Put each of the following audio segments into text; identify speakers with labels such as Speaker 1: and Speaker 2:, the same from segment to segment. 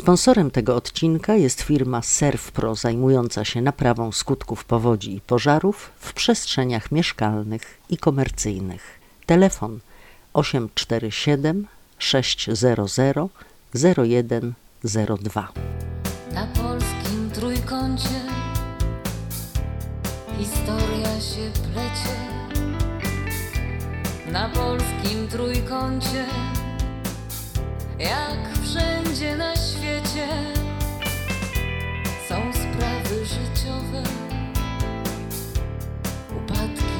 Speaker 1: Sponsorem tego odcinka jest firma ServPro zajmująca się naprawą skutków powodzi i pożarów w przestrzeniach mieszkalnych i komercyjnych. Telefon 847 600 0102.
Speaker 2: Na polskim trójkącie historia się plecie. Na polskim trójkącie, jak wszędzie na świecie, są sprawy życiowe, upadki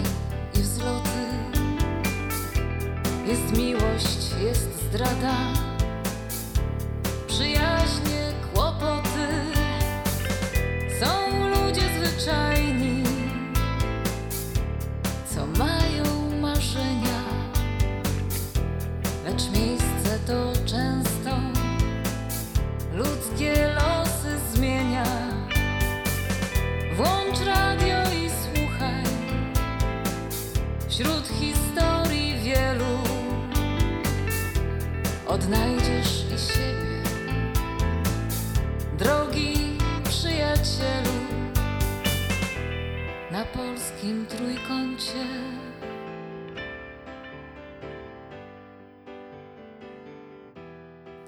Speaker 2: i wzloty. Jest miłość, jest zdrada przyjaźnie, kłopoty. Są ludzie zwyczajni, co mają marzenia, lecz miejsce to często ludzkie losy zmienia. Włącz radio i słuchaj wśród historii wielu. Odnajdziesz i siebie. Drogi przyjacielu, na polskim trójkącie.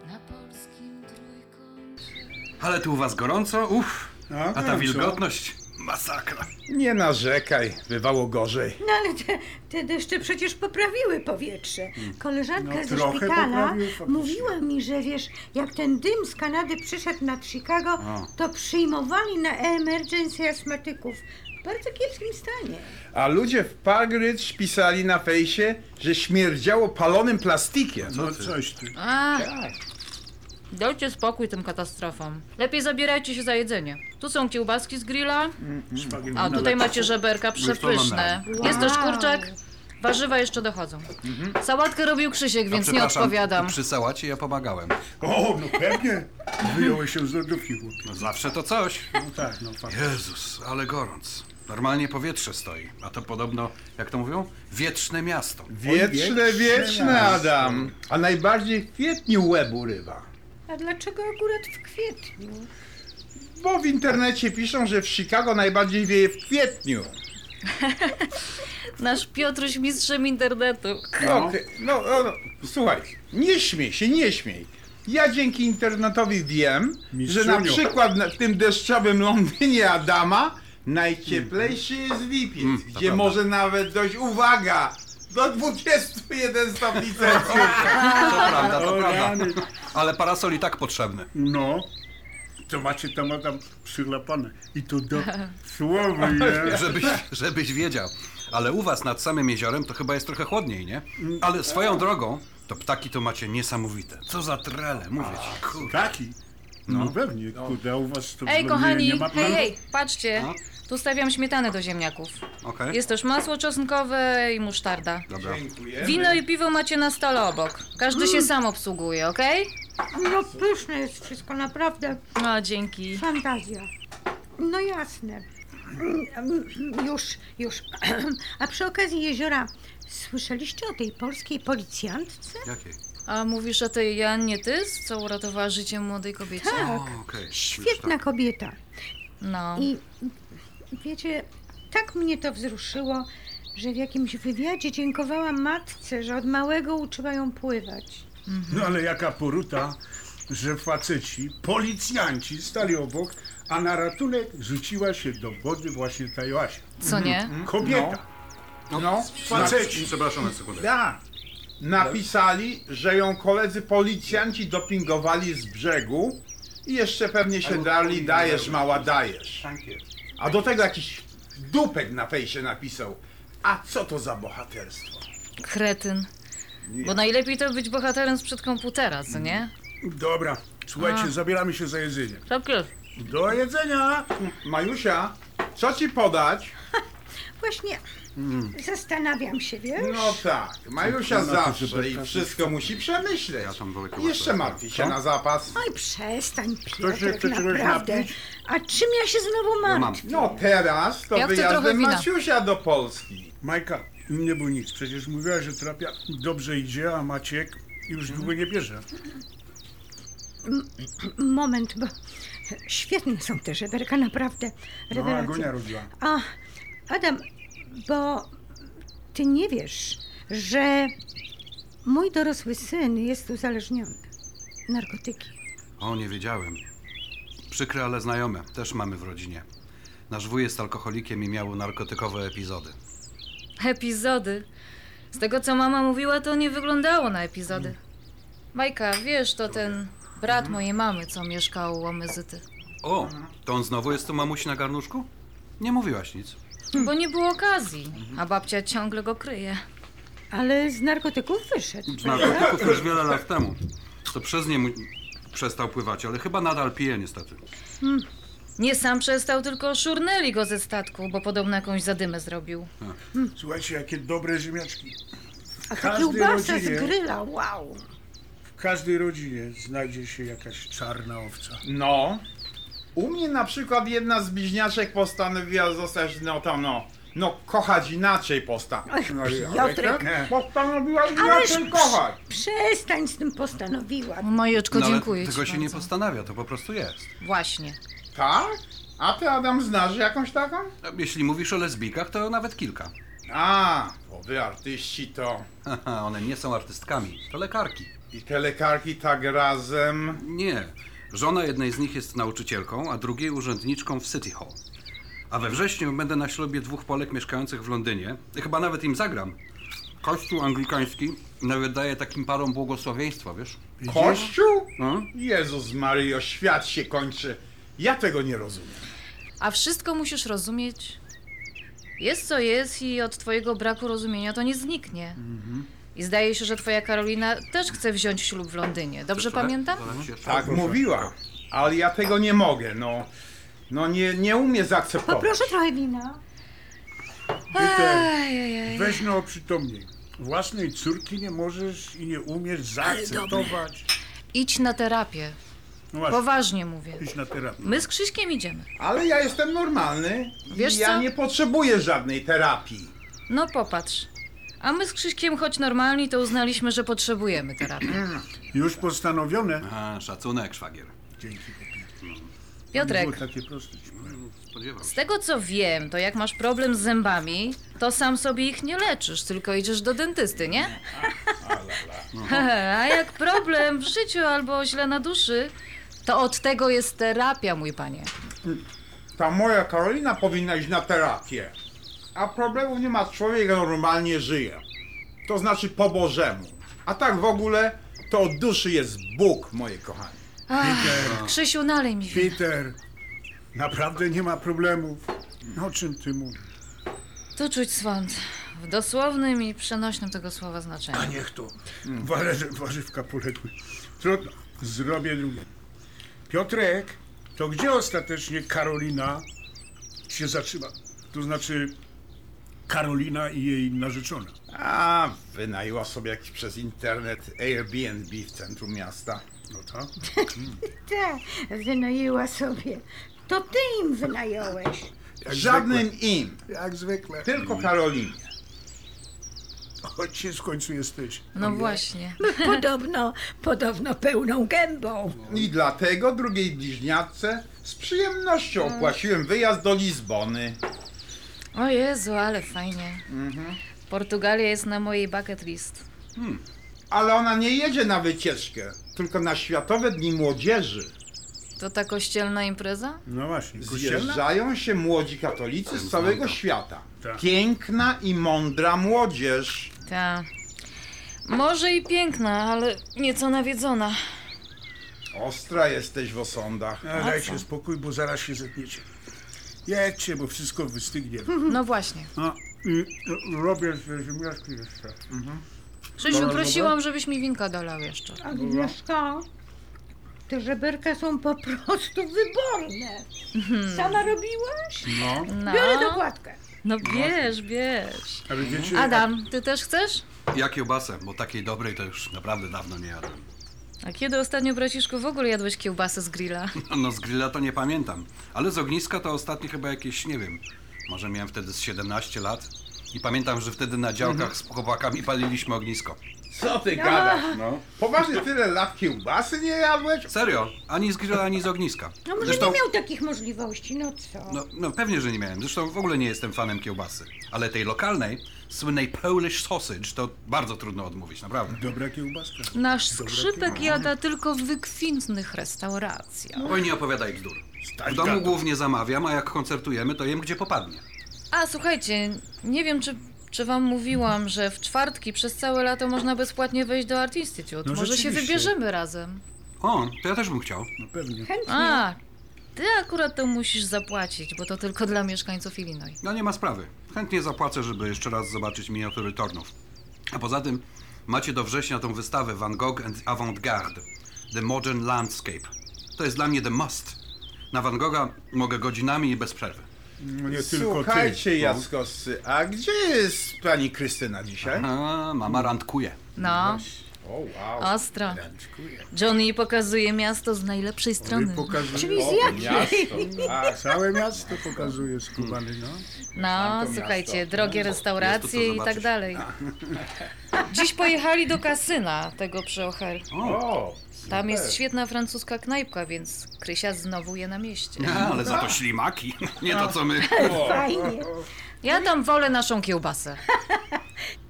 Speaker 2: Na polskim trójkącie.
Speaker 3: Ale tu u was gorąco, uff.
Speaker 4: A,
Speaker 3: A ta
Speaker 4: gorąco.
Speaker 3: wilgotność, masakra.
Speaker 4: Nie narzekaj, bywało gorzej.
Speaker 5: No ale te, te deszcze przecież poprawiły powietrze. Koleżanka
Speaker 4: No,
Speaker 5: ze
Speaker 4: trochę
Speaker 5: szpitala
Speaker 4: poprawiły faktycznie.
Speaker 5: mówiła mi, że wiesz, jak ten dym z Kanady przyszedł nad Chicago, to przyjmowali na emergency astmatyków w bardzo kiepskim stanie.
Speaker 4: A ludzie w Pagryć pisali na fejsie, że śmierdziało palonym plastikiem.
Speaker 6: No coś ty.
Speaker 2: A,
Speaker 4: Tak.
Speaker 2: dajcie spokój tym katastrofom. Lepiej zabierajcie się za jedzenie. Tu są kiełbaski z grilla,
Speaker 6: Szwagier
Speaker 2: a
Speaker 6: mi
Speaker 2: tutaj
Speaker 6: nalał.
Speaker 2: macie żeberka przepyszne.
Speaker 5: Wow.
Speaker 2: Jest też kurczak, warzywa jeszcze dochodzą.
Speaker 6: Mm-hmm.
Speaker 2: Sałatkę robił
Speaker 6: No,
Speaker 2: Krzysiek, więc nie odpowiadam.
Speaker 3: Przy sałacie ja pomagałem.
Speaker 6: O, no pewnie. Wyjąłeś się z lodówki, chłopie.
Speaker 3: No zawsze to coś.
Speaker 6: No tak, no fakt.
Speaker 3: Jezus, ale gorąc. Normalnie powietrze stoi, a to podobno, jak to mówią, wieczne miasto.
Speaker 4: Wietrzne, wieczne, Adam. A najbardziej w kwietniu łeb urywa.
Speaker 5: A dlaczego akurat w kwietniu?
Speaker 4: Bo w internecie piszą, że w Chicago najbardziej wieje w kwietniu.
Speaker 2: Nasz Piotruś mistrzem internetu.
Speaker 4: No, okej, no, no, no, słuchaj, nie śmiej się, nie śmiej. Ja dzięki internetowi wiem, że na
Speaker 6: Mistrzuniu.
Speaker 4: przykład na- w tym deszczowym Londynie Adama najcieplejszy jest lipiec, gdzie
Speaker 3: Mm, prawda.
Speaker 4: może nawet dojść, uwaga, do 21 stopni Celsjusza.
Speaker 3: To prawda, to
Speaker 6: O,
Speaker 3: prawda.
Speaker 6: rany.
Speaker 3: Ale parasol i tak potrzebny.
Speaker 6: No. To macie tam Adam przylapane. I to do słowy, nie?
Speaker 3: Żebyś, żebyś wiedział. Ale u was nad samym jeziorem to chyba jest trochę chłodniej, nie? Ale swoją drogą, to ptaki to macie niesamowite. Co za trele, mówię ci. Kur...
Speaker 6: Taki. No, pewnie, kurde, a u was to
Speaker 2: Ej,
Speaker 6: nie-
Speaker 2: kochani,
Speaker 6: nie ma
Speaker 2: hej,
Speaker 6: planu?
Speaker 2: hej, patrzcie. Tu stawiam śmietanę do ziemniaków.
Speaker 6: Tak?
Speaker 3: Okej,
Speaker 2: Jest też masło czosnkowe i musztarda.
Speaker 3: dobra.
Speaker 2: Wino i piwo macie na stole obok. Każdy się
Speaker 6: Mm.
Speaker 2: sam obsługuje, okej?
Speaker 5: No pyszne jest wszystko, naprawdę
Speaker 2: No, dzięki.
Speaker 5: fantazja. No jasne. Już, już. A przy okazji jeziora, słyszeliście o tej polskiej policjantce?
Speaker 3: Jakiej?
Speaker 2: A mówisz o tej Jannie Tys, co uratowała życie młodej kobiecie?
Speaker 3: O,
Speaker 5: Tak.
Speaker 3: okej. Już
Speaker 5: Świetna
Speaker 4: tak.
Speaker 5: kobieta.
Speaker 2: No.
Speaker 5: I wiecie, tak mnie to wzruszyło, że w jakimś wywiadzie dziękowała matce, że od małego uczyła ją pływać.
Speaker 6: No ale jaka poruta, że faceci, policjanci stali obok, a na ratunek rzuciła się do wody właśnie ta Joasia.
Speaker 2: Co
Speaker 3: Mhm.
Speaker 2: nie?
Speaker 6: Kobieta.
Speaker 3: tak. No,
Speaker 6: Faceci.
Speaker 3: Przepraszam na sekundę.
Speaker 6: Tak.
Speaker 4: Napisali, że ją koledzy policjanci dopingowali z brzegu i jeszcze pewnie się dali, dajesz mała, dajesz. A do tego jakiś dupek na fejsie napisał. A co to za bohaterstwo?
Speaker 2: Kretyn. Bo najlepiej to być bohaterem sprzed komputera, co
Speaker 3: Mhm.
Speaker 2: nie?
Speaker 6: Dobra, słuchajcie, zabieramy się za jedzenie.
Speaker 2: Tak jest.
Speaker 6: Do jedzenia!
Speaker 4: Majusia, co ci podać?
Speaker 5: Właśnie zastanawiam się, wiesz?
Speaker 4: No tak, Majusia
Speaker 6: Tylko na to,
Speaker 4: zawsze
Speaker 6: żeby
Speaker 4: i
Speaker 6: tak-
Speaker 4: wszystko musi przemyśleć.
Speaker 3: Ja tam wolę
Speaker 4: Jeszcze
Speaker 3: kiełbasę.
Speaker 4: martwi się na zapas.
Speaker 5: Oj, przestań,
Speaker 6: Ktoś się
Speaker 5: Piotrek,
Speaker 6: chce czegoś
Speaker 5: naprawdę.
Speaker 6: napić?
Speaker 5: A czym ja się znowu
Speaker 3: mam.
Speaker 5: martwię?
Speaker 4: No teraz to
Speaker 2: Ja chcę trochę
Speaker 4: wyjazdem
Speaker 2: wina.
Speaker 4: Maciusia do Polski.
Speaker 6: Majka, nie był nic. Przecież mówiła, że terapia dobrze idzie, a Maciek już długo nie bierze.
Speaker 5: Moment, bo świetne są te żeberka, naprawdę.
Speaker 6: No,
Speaker 5: Rewelacja.
Speaker 6: Agonia robiła.
Speaker 5: A, Adam, bo ty nie wiesz, że mój dorosły syn jest uzależniony. Narkotyki.
Speaker 3: O, nie wiedziałem. Przykre, ale znajome. Też mamy w rodzinie. Nasz wuj jest alkoholikiem i miał narkotykowe epizody.
Speaker 2: Epizody. Z tego, co mama mówiła, to nie wyglądało na epizody.
Speaker 3: Mhm.
Speaker 2: Majka, wiesz, to ten brat mojej mamy, co mieszkał u Łomyzyty.
Speaker 3: O, to on znowu jest tu mamusi na garnuszku? Nie mówiłaś nic.
Speaker 2: Bo nie było okazji, a babcia ciągle go kryje.
Speaker 5: Ale z narkotyków wyszedł.
Speaker 3: Z narkotyków już wiele lat temu. To przez nie mu... przestał pływać, ale chyba nadal pije niestety. No,
Speaker 2: Nie sam przestał, tylko szurnęli go ze statku, bo podobno jakąś zadymę zrobił.
Speaker 6: Słuchajcie, jakie dobre ziemniaczki.
Speaker 5: A ta
Speaker 6: każdej
Speaker 5: kiełbasa z
Speaker 6: rodzinie-
Speaker 5: gryla, wow.
Speaker 6: W każdej rodzinie znajdzie się jakaś czarna owca.
Speaker 4: No. U mnie na przykład jedna z bliźniaczek postanowiła zostać, no to no, no kochać inaczej posta.
Speaker 6: No, ja-
Speaker 5: Piotrek.
Speaker 6: Nie.
Speaker 4: Postanowiła
Speaker 5: Ależ
Speaker 4: inaczej kochać.
Speaker 5: Przestań z tym postanowiła.
Speaker 2: O, Majeczko,
Speaker 3: No, ale
Speaker 2: dziękuję
Speaker 3: Tego
Speaker 2: ci
Speaker 3: się nie
Speaker 2: bardzo.
Speaker 3: postanawia, to po prostu jest.
Speaker 2: Właśnie.
Speaker 4: Tak? A ty Adam znasz jakąś taką?
Speaker 3: No, Jeśli mówisz o lesbijkach, to nawet kilka.
Speaker 4: A, bo wy artyści to.
Speaker 3: Haha, one nie są artystkami, to lekarki.
Speaker 4: I te lekarki tak razem.
Speaker 3: Nie. Żona jednej z nich jest nauczycielką, a drugiej urzędniczką w City Hall. A we wrześniu będę na ślubie dwóch Polek mieszkających w Londynie. Chyba nawet im zagram. Kościół anglikański nawet daje takim parom błogosławieństwa, wiesz?
Speaker 4: Kościół?
Speaker 3: No.
Speaker 4: Jezus Mario, świat się kończy. Ja tego nie rozumiem.
Speaker 2: A wszystko musisz rozumieć. Jest co jest i od twojego braku rozumienia to nie zniknie.
Speaker 6: Mhm.
Speaker 2: I zdaje się, że twoja Karolina też chce wziąć ślub w Londynie. Dobrze pamiętam?
Speaker 4: Tak mówiła, ale ja tego nie mogę, no. No nie, nie umiem zaakceptować.
Speaker 5: Poproszę trochę wina.
Speaker 6: Peter,
Speaker 2: Ajajaj.
Speaker 6: weź no przytomnie. Własnej córki nie możesz i nie umiesz zaakceptować.
Speaker 2: Idź na terapię.
Speaker 6: No właśnie,
Speaker 2: Poważnie mówię.
Speaker 6: iść na terapię.
Speaker 2: My z Krzyśkiem idziemy.
Speaker 4: Ale ja jestem normalny i
Speaker 2: Wiesz
Speaker 4: ja
Speaker 2: co?
Speaker 4: nie potrzebuję żadnej terapii.
Speaker 2: No popatrz. A my z Krzyśkiem, choć normalni, to uznaliśmy, że potrzebujemy terapii.
Speaker 6: Już postanowione.
Speaker 3: A, szacunek, szwagier.
Speaker 6: Dzięki. Peter.
Speaker 2: Piotrek,
Speaker 6: Było tak. takie proste. ci powiem.
Speaker 3: Spodziewam
Speaker 2: z
Speaker 3: się.
Speaker 2: tego co wiem, to jak masz problem z zębami, to sam sobie ich nie leczysz, tylko idziesz do dentysty, nie? A jak problem w życiu albo źle na duszy, to od tego jest terapia, mój panie.
Speaker 4: Ta moja Karolina powinna iść na terapię. A problemów nie ma, człowiek normalnie żyje. To znaczy po Bożemu. A tak w ogóle, to od duszy jest Bóg, moje kochanie.
Speaker 2: Krzysiu, nalej mi wina.
Speaker 6: Peter, naprawdę nie ma problemów. O czym ty mówisz?
Speaker 2: Tu czuć swąd. W dosłownym i przenośnym tego słowa znaczeniu.
Speaker 6: A niech to. Warzyw, warzywka poległy. Trudno. Zrobię drugie. Piotrek, to gdzie ostatecznie Karolina się zatrzyma? To znaczy Karolina i jej narzeczona.
Speaker 4: A, wynajęła sobie jakiś przez internet Airbnb w centrum miasta.
Speaker 6: No tak?
Speaker 5: Te wynajęła sobie. To ty im wynająłeś.
Speaker 6: Jak
Speaker 4: Żadnym im,
Speaker 6: Zwykle, jak zwykle.
Speaker 4: tylko Karolinie.
Speaker 6: Chodź się w końcu jesteś.
Speaker 2: No właśnie.
Speaker 5: Podobno, podobno pełną gębą.
Speaker 4: I dlatego drugiej bliźniaczce z przyjemnością
Speaker 6: Mm.
Speaker 4: opłaciłem wyjazd do Lizbony.
Speaker 2: O Jezu, ale fajnie.
Speaker 6: Mhm.
Speaker 2: Portugalia jest na mojej bucket list.
Speaker 4: Ale ona nie jedzie na wycieczkę, tylko na Światowe Dni Młodzieży.
Speaker 2: To ta kościelna impreza?
Speaker 6: No właśnie. Kościelna?
Speaker 4: Zjeżdżają się młodzi katolicy z całego świata.
Speaker 6: Tak.
Speaker 4: Piękna i mądra młodzież.
Speaker 2: Ta. Może i piękna, ale nieco nawiedzona.
Speaker 4: Ostra jesteś w osądach.
Speaker 6: A, No, Daj się spokój, bo zaraz się zetniecie. Jedźcie, bo wszystko wystygnie.
Speaker 2: No właśnie.
Speaker 6: No i e, robię te ziemniaczki jeszcze.
Speaker 2: Krzysiu, prosiłam, żebyś mi winka dolał jeszcze.
Speaker 5: Agnieszka, Tak, te żeberka są po prostu wyborne. Sama robiłaś?
Speaker 6: No.
Speaker 2: No,
Speaker 5: Biorę dokładkę.
Speaker 2: no bierz, bierz.
Speaker 6: Ale wiecie,
Speaker 2: Adam, ty też chcesz?
Speaker 3: Ja kiełbasę, bo takiej dobrej to już naprawdę dawno nie jadłem.
Speaker 2: A kiedy ostatnio, braciszku, w ogóle jadłeś kiełbasę z grilla?
Speaker 3: No z grilla to nie pamiętam, ale z ogniska to ostatnio chyba jakieś, nie wiem, może miałem wtedy z 17 lat. I pamiętam, że wtedy na działkach z chłopakami paliliśmy ognisko.
Speaker 4: Co ty gadasz, no? Poważnie tyle lat kiełbasy nie jadłeś?
Speaker 3: Serio, ani z grilla, ani z ogniska.
Speaker 5: No może
Speaker 3: Zresztą,
Speaker 5: nie miał takich możliwości, no co?
Speaker 3: no, no pewnie, że nie miałem. Zresztą w ogóle nie jestem fanem kiełbasy. Ale tej lokalnej, słynnej Polish sausage, to bardzo trudno odmówić, naprawdę.
Speaker 6: Dobra kiełbaska.
Speaker 2: Nasz skrzypek jada tylko w wykwintnych restauracjach.
Speaker 3: Oj, nie opowiadaj bzdur.
Speaker 6: Stań
Speaker 3: W domu
Speaker 6: gadał.
Speaker 3: głównie zamawiam, a jak koncertujemy, to jem gdzie popadnie.
Speaker 2: A słuchajcie, nie wiem czy, czy wam mówiłam, że w czwartki przez całe lato można bezpłatnie wejść do Art Institute.
Speaker 6: No
Speaker 2: Może się
Speaker 6: rzeczywiście.
Speaker 2: wybierzemy razem.
Speaker 3: O, to ja też bym chciał.
Speaker 6: No pewnie.
Speaker 5: Chętnie.
Speaker 2: A, ty akurat to musisz zapłacić, bo to tylko dla mieszkańców Illinois.
Speaker 3: No nie ma sprawy. Chętnie zapłacę, żeby jeszcze raz zobaczyć miniatury tornów. A poza tym macie do września tą wystawę Van Gogh and Avant-Garde. The Modern Landscape. To jest dla mnie the must. Na Van Gogha mogę godzinami i bez przerwy.
Speaker 6: No nie tylko ty.
Speaker 4: Słuchajcie, Jackowscy, a gdzie jest pani Krystyna dzisiaj?
Speaker 3: A, mama randkuje.
Speaker 2: No,
Speaker 4: O, wow.
Speaker 2: ostro. Johnny pokazuje miasto z najlepszej strony.
Speaker 6: Pokazuje.
Speaker 5: Czyli z jakiej?
Speaker 4: Tak.
Speaker 6: Całe miasto pokazuje skubany, no.
Speaker 2: No,
Speaker 4: to
Speaker 2: słuchajcie,
Speaker 4: miasto.
Speaker 2: drogie restauracje i tak
Speaker 3: zobaczyć.
Speaker 2: dalej. Dziś pojechali do kasyna tego przy O'Hare.
Speaker 4: O, No
Speaker 2: Tam jest świetna francuska knajpka, więc Krysia znowu je na mieście.
Speaker 3: Ale za to ślimaki. Nie to co my.
Speaker 5: Fajnie.
Speaker 2: Ja tam wolę naszą kiełbasę.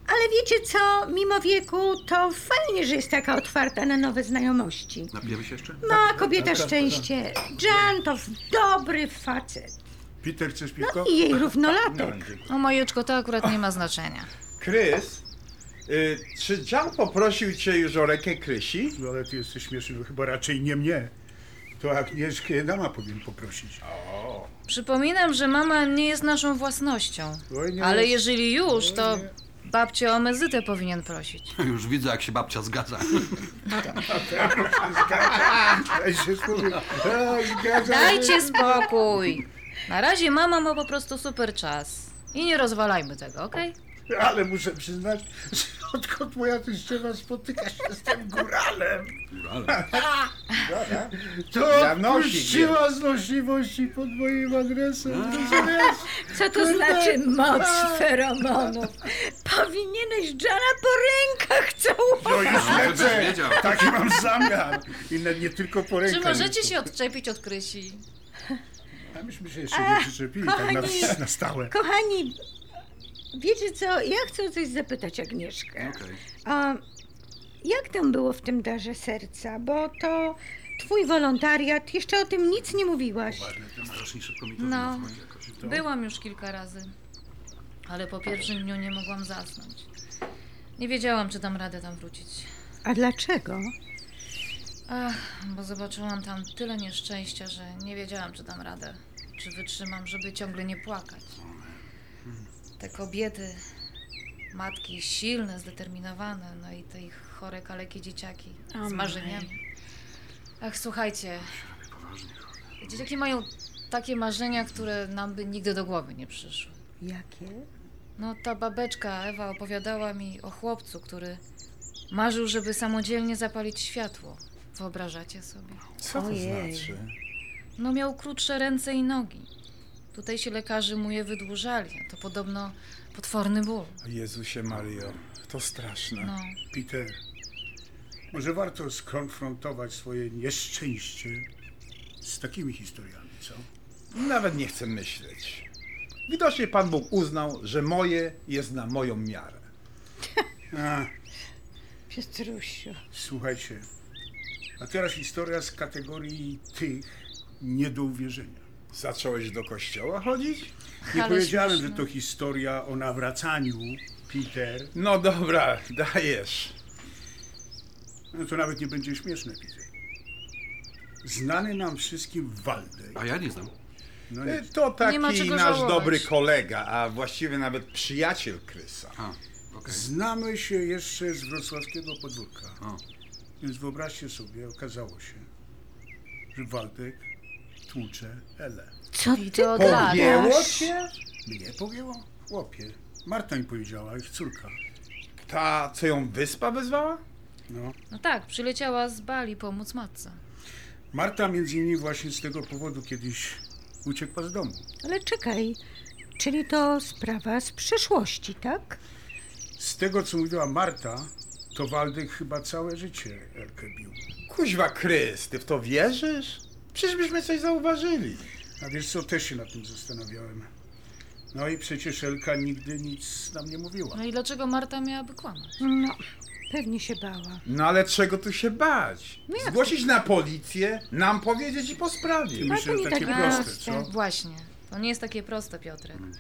Speaker 5: Ale wiecie co, mimo wieku to fajnie, że jest taka otwarta na nowe znajomości.
Speaker 3: Napijemy się jeszcze?
Speaker 5: Ma
Speaker 3: tak,
Speaker 5: kobieta szczęście. Jan to dobry facet. No
Speaker 6: Peter, chcesz piwko?
Speaker 5: I jej równolatek.
Speaker 2: No Majeczko, to akurat nie ma znaczenia.
Speaker 4: Krys, y, czy Jan poprosił cię już o rękę Krysi?
Speaker 6: No ale ty jesteś śmieszny, no chyba raczej nie mnie. To Agnieszkę dama powinien poprosić.
Speaker 2: Przypominam, że mama nie jest naszą własnością.
Speaker 6: Oj, nie
Speaker 2: Ale
Speaker 6: jest.
Speaker 2: jeżeli już, to babcię o mezytę powinien prosić.
Speaker 3: Już widzę, jak się babcia zgadza.
Speaker 6: Ej, się skupię. Ej, zgadza
Speaker 2: Dajcie spokój! Na razie mama ma po prostu super czas. I nie rozwalajmy tego, okej?
Speaker 6: się. Ale muszę przyznać, że odkąd moja teściowa spotyka się z tym góralem, to
Speaker 4: Zanosi
Speaker 6: puściła złośliwości pod moim adresem. Rozumiesz?
Speaker 5: Co to znaczy moc feromonów? Powinieneś Jana po rękach całować.
Speaker 6: No już
Speaker 3: No, żebyś
Speaker 6: lecę.
Speaker 3: wiedział.
Speaker 6: Taki mam zamiar. I na- nie tylko po
Speaker 2: Czy
Speaker 6: rękach.
Speaker 2: możecie się odczepić od Krysi?
Speaker 6: A myśmy się jeszcze nie przyczepili tak na,
Speaker 5: kochani.
Speaker 6: na stałe.
Speaker 5: Kochani, wiecie co, ja chcę coś zapytać Agnieszkę.
Speaker 3: Okej.
Speaker 5: A jak tam było w tym darze serca? Bo to twój wolontariat, jeszcze o tym nic nie mówiłaś.
Speaker 3: Strasznie szybko mi to
Speaker 2: No,
Speaker 3: wychodzi jakoś.
Speaker 2: byłam już kilka razy. Ale po pierwszym dniu nie mogłam zasnąć. Nie wiedziałam, czy dam radę tam wrócić.
Speaker 5: A dlaczego?
Speaker 2: Ach, bo zobaczyłam tam tyle nieszczęścia, że nie wiedziałam, czy dam radę, czy wytrzymam, żeby ciągle nie płakać. Te kobiety, matki silne, zdeterminowane, no i te ich chore, kalekie dzieciaki z
Speaker 5: Amen.
Speaker 2: marzeniami. Ach, słuchajcie, dzieciaki mają takie marzenia, które nam by nigdy do głowy nie przyszły.
Speaker 5: Jakie?
Speaker 2: No, ta babeczka Ewa opowiadała mi o chłopcu, który marzył, żeby samodzielnie zapalić światło. Wyobrażacie sobie?
Speaker 4: Co to
Speaker 5: Ojej.
Speaker 4: znaczy?
Speaker 2: No miał krótsze ręce i nogi. Tutaj się lekarze mu je wydłużali, a to podobno potworny ból.
Speaker 4: Jezusie Mario, to straszne.
Speaker 2: No,
Speaker 6: Peter, może warto skonfrontować swoje nieszczęście z takimi historiami, co?
Speaker 4: Nawet nie chcę myśleć. Widocznie Pan Bóg uznał, że moje jest na moją miarę.
Speaker 6: A,
Speaker 5: Piotrusiu.
Speaker 6: słuchajcie, a teraz historia z kategorii tych nie do uwierzenia.
Speaker 4: Zacząłeś do kościoła chodzić?
Speaker 6: Nie
Speaker 2: Ale
Speaker 6: powiedziałem,
Speaker 2: śmieszne.
Speaker 6: że to historia o nawracaniu, Peter.
Speaker 4: No dobra, dajesz.
Speaker 6: No to nawet nie będzie śmieszne, Peter. Znany nam wszystkim Waldek.
Speaker 3: A ja nie znam.
Speaker 6: No
Speaker 4: Y,
Speaker 6: nie,
Speaker 4: To taki
Speaker 2: Nie ma czego
Speaker 4: nasz
Speaker 2: żałować.
Speaker 4: dobry kolega, a właściwie nawet przyjaciel Krysa.
Speaker 3: A, okej.
Speaker 6: Znamy się jeszcze z wrocławskiego podwórka.
Speaker 3: O.
Speaker 6: Więc wyobraźcie sobie, okazało się, że Waldek tłucze Elę.
Speaker 5: Co
Speaker 2: I to od lat.
Speaker 4: Podjęło cię?
Speaker 6: Mnie pogięło? Chłopie. Marta mi powiedziała, ich córka.
Speaker 4: Ta, co ją wyspa wezwała?
Speaker 6: No.
Speaker 2: No tak, przyleciała z Bali pomóc matce.
Speaker 6: Marta między innymi właśnie z tego powodu kiedyś uciekła z domu.
Speaker 5: Ale czekaj, czyli to sprawa z przeszłości, tak?
Speaker 6: Z tego, co mówiła Marta, To Waldek chyba całe życie Elkę bił.
Speaker 4: Kuźwa Krys, ty w to wierzysz? Przecież byśmy coś zauważyli.
Speaker 6: A wiesz co, też się nad tym zastanawiałem. No i przecież Elka nigdy nic nam nie mówiła.
Speaker 2: No i dlaczego Marta miałaby kłamać?
Speaker 5: No, pewnie się bała.
Speaker 4: No ale czego tu się bać? Zgłosić na policję, nam powiedzieć i po sprawie.
Speaker 5: No, to
Speaker 6: Myślę, że
Speaker 5: nie
Speaker 6: takie
Speaker 5: takie
Speaker 6: proste,
Speaker 5: proste.
Speaker 4: No.
Speaker 6: co?
Speaker 2: Właśnie. To nie jest takie proste, Piotrek.
Speaker 4: Mm.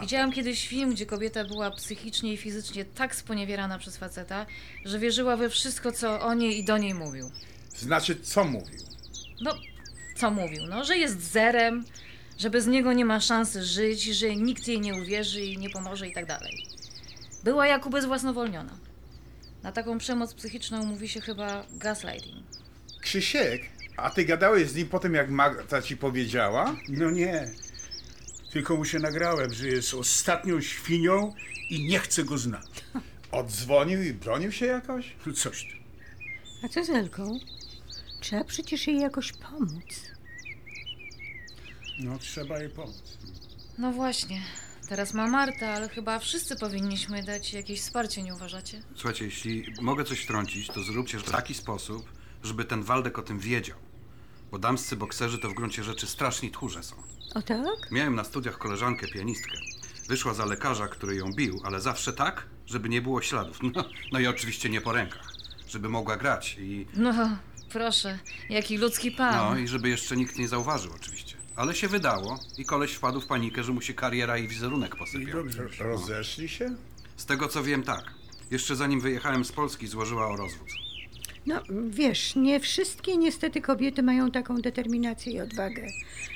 Speaker 2: Widziałam kiedyś film, gdzie kobieta była psychicznie i fizycznie tak sponiewierana przez faceta, że wierzyła we wszystko, co o niej i do niej mówił.
Speaker 4: Znaczy, co mówił?
Speaker 2: No, co mówił? No, że jest zerem, że bez niego nie ma szansy żyć, że nikt jej nie uwierzy i nie pomoże i tak dalej. Była jak ubezwłasnowolniona. Na taką przemoc psychiczną mówi się chyba gaslighting.
Speaker 4: Krzysiek, a ty gadałeś z nim po tym, jak Magda ci powiedziała?
Speaker 6: No nie. Tylko mu się nagrałem, że jest ostatnią świnią i nie chcę go znać.
Speaker 4: Odzwonił i bronił się jakoś?
Speaker 6: No Coś ty.
Speaker 5: A co z Elką? Trzeba przecież jej jakoś pomóc.
Speaker 6: No trzeba jej pomóc.
Speaker 2: No właśnie. Teraz ma Marta, ale chyba wszyscy powinniśmy dać jakieś wsparcie, nie uważacie?
Speaker 3: Słuchajcie, jeśli mogę coś wtrącić, to zróbcie w taki sposób, żeby ten Waldek o tym wiedział. Bo damscy bokserzy to w gruncie rzeczy straszni tchórze są.
Speaker 5: O tak?
Speaker 3: Miałem na studiach koleżankę pianistkę. Wyszła za lekarza, który ją bił, ale zawsze tak, żeby nie było śladów. No, no i oczywiście nie po rękach. Żeby mogła grać i.
Speaker 2: No, proszę, jaki ludzki pan.
Speaker 3: No i żeby jeszcze nikt nie zauważył, oczywiście. Ale się wydało i koleś wpadł w panikę, że mu się kariera i wizerunek
Speaker 6: No I
Speaker 3: posypią.
Speaker 6: dobrze.
Speaker 4: Rozeszli się?
Speaker 3: Z tego co wiem, tak. Jeszcze zanim wyjechałem z Polski, złożyła o rozwód.
Speaker 5: No, wiesz, nie wszystkie niestety kobiety mają taką determinację i odwagę,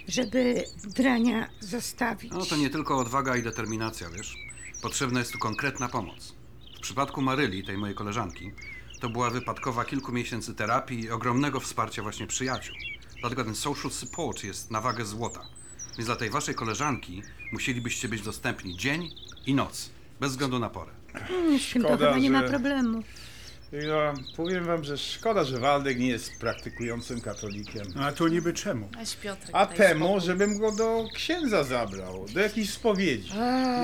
Speaker 5: żeby drania zostawić.
Speaker 3: No to nie tylko odwaga i determinacja, wiesz. Potrzebna jest tu konkretna pomoc. W przypadku Maryli, tej mojej koleżanki, to była wypadkowa kilku miesięcy terapii i ogromnego wsparcia właśnie przyjaciół. Dlatego ten social support jest na wagę złota. Więc dla tej waszej koleżanki musielibyście być dostępni dzień i noc, bez względu na porę.
Speaker 5: Mm, Z tym to
Speaker 4: Szkoda,
Speaker 5: chyba nie ma
Speaker 4: że-
Speaker 5: problemu.
Speaker 4: Ja powiem wam, że szkoda, że Waldek nie jest praktykującym katolikiem.
Speaker 6: No A to niby czemu?
Speaker 2: Weź Piotrek,
Speaker 4: A
Speaker 2: daj
Speaker 4: temu, żebym go do księdza zabrał, do jakiejś spowiedzi.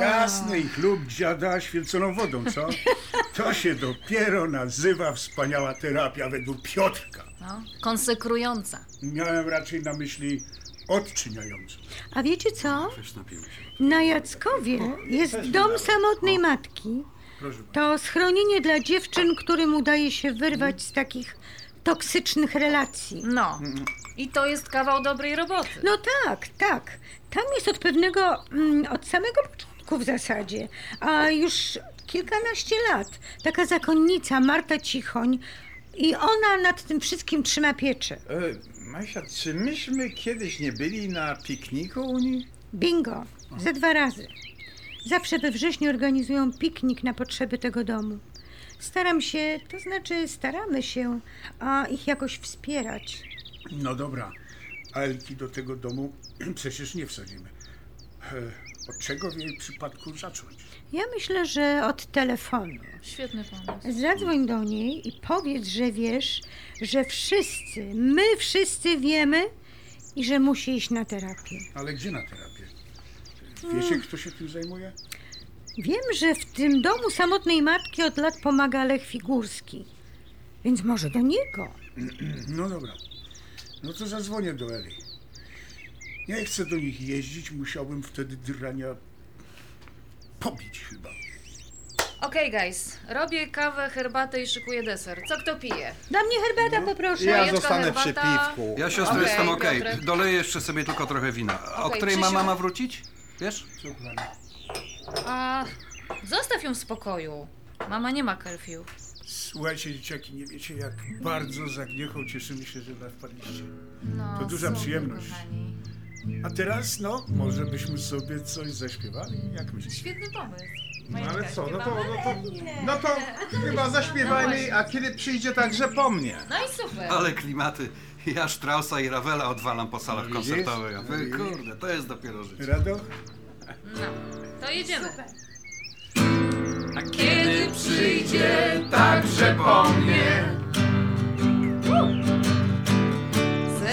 Speaker 6: Jasny i chlub dziada święconą wodą, co? To się dopiero nazywa wspaniała terapia według Piotrka.
Speaker 2: spokój, No, konsekrująca.
Speaker 6: Miałem raczej na myśli odczyniającą.
Speaker 5: A wiecie co?
Speaker 3: Wiesz, napijmy się.
Speaker 5: Na Jackowie jest dom samotnej matki.
Speaker 6: Proszę
Speaker 5: To schronienie dla dziewczyn, którym udaje się wyrwać z takich toksycznych relacji.
Speaker 2: No, i to jest kawał dobrej roboty.
Speaker 5: No tak, tak. Tam jest od pewnego, mm, od samego początku w zasadzie, a już kilkanaście lat, taka zakonnica Marta Cichoń i ona nad tym wszystkim trzyma pieczę.
Speaker 4: E, Majsia, czy myśmy kiedyś nie byli na pikniku u nich?
Speaker 5: Bingo, ze dwa razy. Zawsze we wrześniu organizują piknik na potrzeby tego domu. Staram się, to znaczy staramy się, a ich jakoś wspierać.
Speaker 6: No dobra, a Elki do tego domu przecież nie wsadzimy. E, Od czego w jej przypadku zacząć?
Speaker 5: Ja myślę, że od telefonu.
Speaker 2: Świetny pomysł.
Speaker 5: Zadzwoń do niej i powiedz, że wiesz, że wszyscy, my wszyscy wiemy i że musi iść na terapię.
Speaker 6: Ale gdzie na terapię? Wiecie, kto się tym zajmuje?
Speaker 5: Wiem, że w tym domu samotnej matki od lat pomaga Lech Figurski, więc może do niego.
Speaker 6: No dobra, no to zadzwonię do Eli. Nie chcę do nich jeździć, musiałbym wtedy drania pobić chyba.
Speaker 2: Okej, guys, robię kawę, herbatę i szykuję deser. Co kto pije?
Speaker 5: Dla mnie herbata poproszę.
Speaker 4: Ja
Speaker 2: Jajeczka,
Speaker 4: zostanę przy
Speaker 2: herbata.
Speaker 4: piwku.
Speaker 3: Ja siostro
Speaker 2: Okej,
Speaker 3: jestem okej.
Speaker 2: Piotrek.
Speaker 3: Doleję jeszcze sobie tylko trochę wina. o
Speaker 2: Okej,
Speaker 3: której ma
Speaker 2: Krzysiu.
Speaker 3: mama wrócić? Wiesz?
Speaker 6: Słucham.
Speaker 2: A, zostaw ją w spokoju. Mama nie ma curfew.
Speaker 6: Słuchajcie, dzieciaki, nie wiecie jak bardzo z Agniechą cieszymy się, że nas wpadliście.
Speaker 2: No,
Speaker 6: To duża
Speaker 2: super,
Speaker 6: przyjemność.
Speaker 2: kochani.
Speaker 6: A teraz, no, może byśmy sobie coś zaśpiewali? Jak myślicie?
Speaker 2: Świetny pomysł.
Speaker 4: No
Speaker 2: Majka,
Speaker 4: ale co, no to,
Speaker 2: śpiewamy?
Speaker 4: no to, no to chyba zaśpiewajmy, a kiedy przyjdzie także po mnie.
Speaker 2: No i super.
Speaker 3: Ale klimaty. Ja Straussa i Ravela odwalam po salach
Speaker 6: widzisz?
Speaker 3: koncertowych. A wy, Kurde, to jest dopiero życie.
Speaker 6: Rado?
Speaker 2: No, to jedziemy.
Speaker 3: A kiedy przyjdzie także po mnie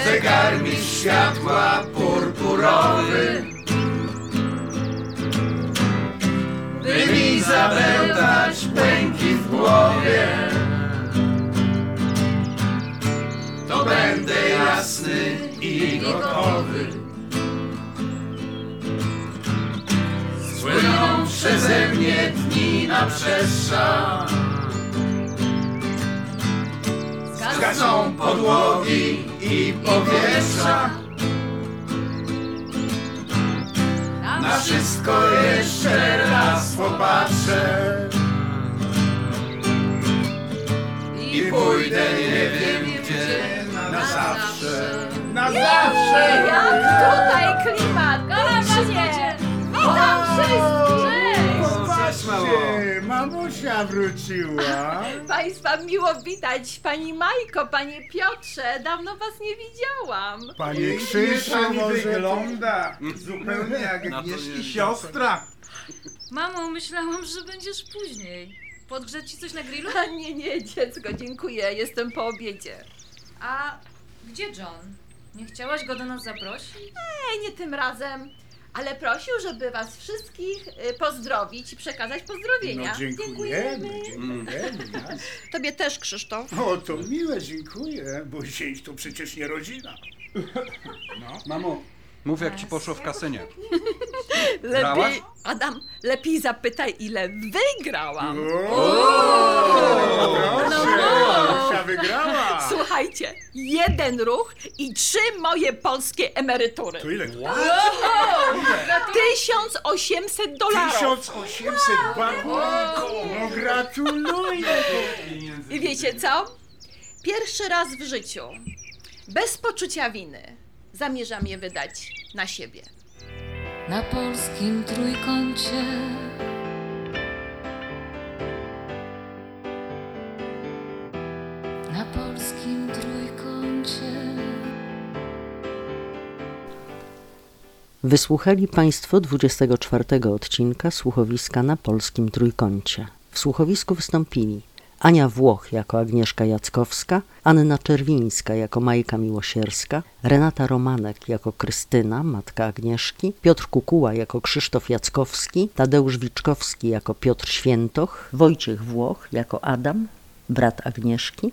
Speaker 3: Zegar mi światła purpurowy By mi zabełtać pęki w głowie
Speaker 2: i gotowy.
Speaker 4: Gasą podłogi i powietrza Na wszystko jeszcze raz popatrzę
Speaker 2: I pójdę nie wiem gdzie na zawsze.
Speaker 4: Na zawsze!
Speaker 7: Jak tutaj klimat! Kochanie! Witam wszystkich!
Speaker 4: E,
Speaker 6: Patrzcie, mamusia wróciła.
Speaker 7: Państwa miło witać! Pani Majko, panie Piotrze, dawno was nie widziałam.
Speaker 6: Panie Krzysiu,
Speaker 4: Krzyża mi
Speaker 6: może... No
Speaker 4: wygląda zupełnie jak
Speaker 3: Na to nie-
Speaker 4: Agnieszki siostra.
Speaker 2: Mamo, myślałam, że będziesz później. Podgrzeć ci coś na grillu?
Speaker 7: A nie, nie, dziecko, dziękuję, jestem po obiedzie.
Speaker 2: A gdzie John? Nie chciałaś go do nas zaprosić?
Speaker 7: Ej, nie tym razem, ale prosił, żeby was wszystkich y, pozdrowić i przekazać pozdrowienia.
Speaker 6: No dziękujemy, dziękujemy.
Speaker 7: Tobie też, Krzysztof.
Speaker 6: O, to miłe, dziękuję, bo dzień to przecież nie rodzina.
Speaker 3: Mamo, mów jak ci poszło w kasynie. Grałaś?
Speaker 7: Lepiej, Adam, lepiej zapytaj, ile wygrałam. No
Speaker 6: Mamusia wygrała.
Speaker 7: Słuchajcie, jeden ruch i trzy moje polskie emerytury.
Speaker 6: To ile to?
Speaker 7: 1800 dolarów.
Speaker 6: 1800 babułko! No gratuluję!
Speaker 7: I wiecie co? Pierwszy raz w życiu, bez poczucia winy, zamierzam je wydać na siebie.
Speaker 8: na polskim trójkącie. Na polskim trójkącie.
Speaker 1: Wysłuchali Państwo 24 odcinka słuchowiska na polskim trójkącie. W słuchowisku wystąpili Ania Włoch jako Agnieszka Jackowska, Anna Czerwińska jako Majka Miłosierska, Renata Romanek jako Krystyna, matka Agnieszki, Piotr Kukuła jako Krzysztof Jackowski, Tadeusz Wiczkowski jako Piotr Świętoch, Wojciech Włoch jako Adam, brat Agnieszki,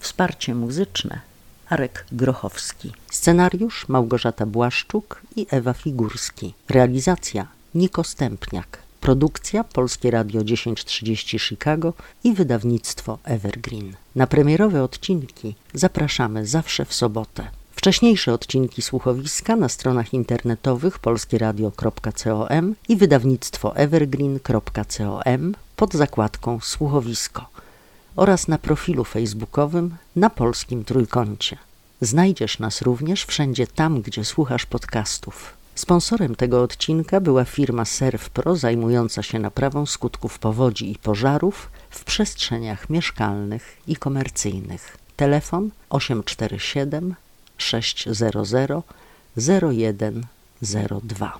Speaker 1: Wsparcie muzyczne Arek Grochowski. Scenariusz Małgorzata Błaszczuk i Ewa Figurski. Realizacja Niko Stępniak. Produkcja Polskie Radio 1030 Chicago i wydawnictwo Evergreen. Na premierowe odcinki zapraszamy zawsze w sobotę. Wcześniejsze odcinki słuchowiska na stronach internetowych polskieradio.com i wydawnictwo evergreen.com pod zakładką Słuchowisko oraz na profilu facebookowym na Polskim Trójkącie. Znajdziesz nas również wszędzie tam, gdzie słuchasz podcastów. Sponsorem tego odcinka była firma ServPro zajmująca się naprawą skutków powodzi i pożarów w przestrzeniach mieszkalnych i komercyjnych. Telefon 847 600 0102.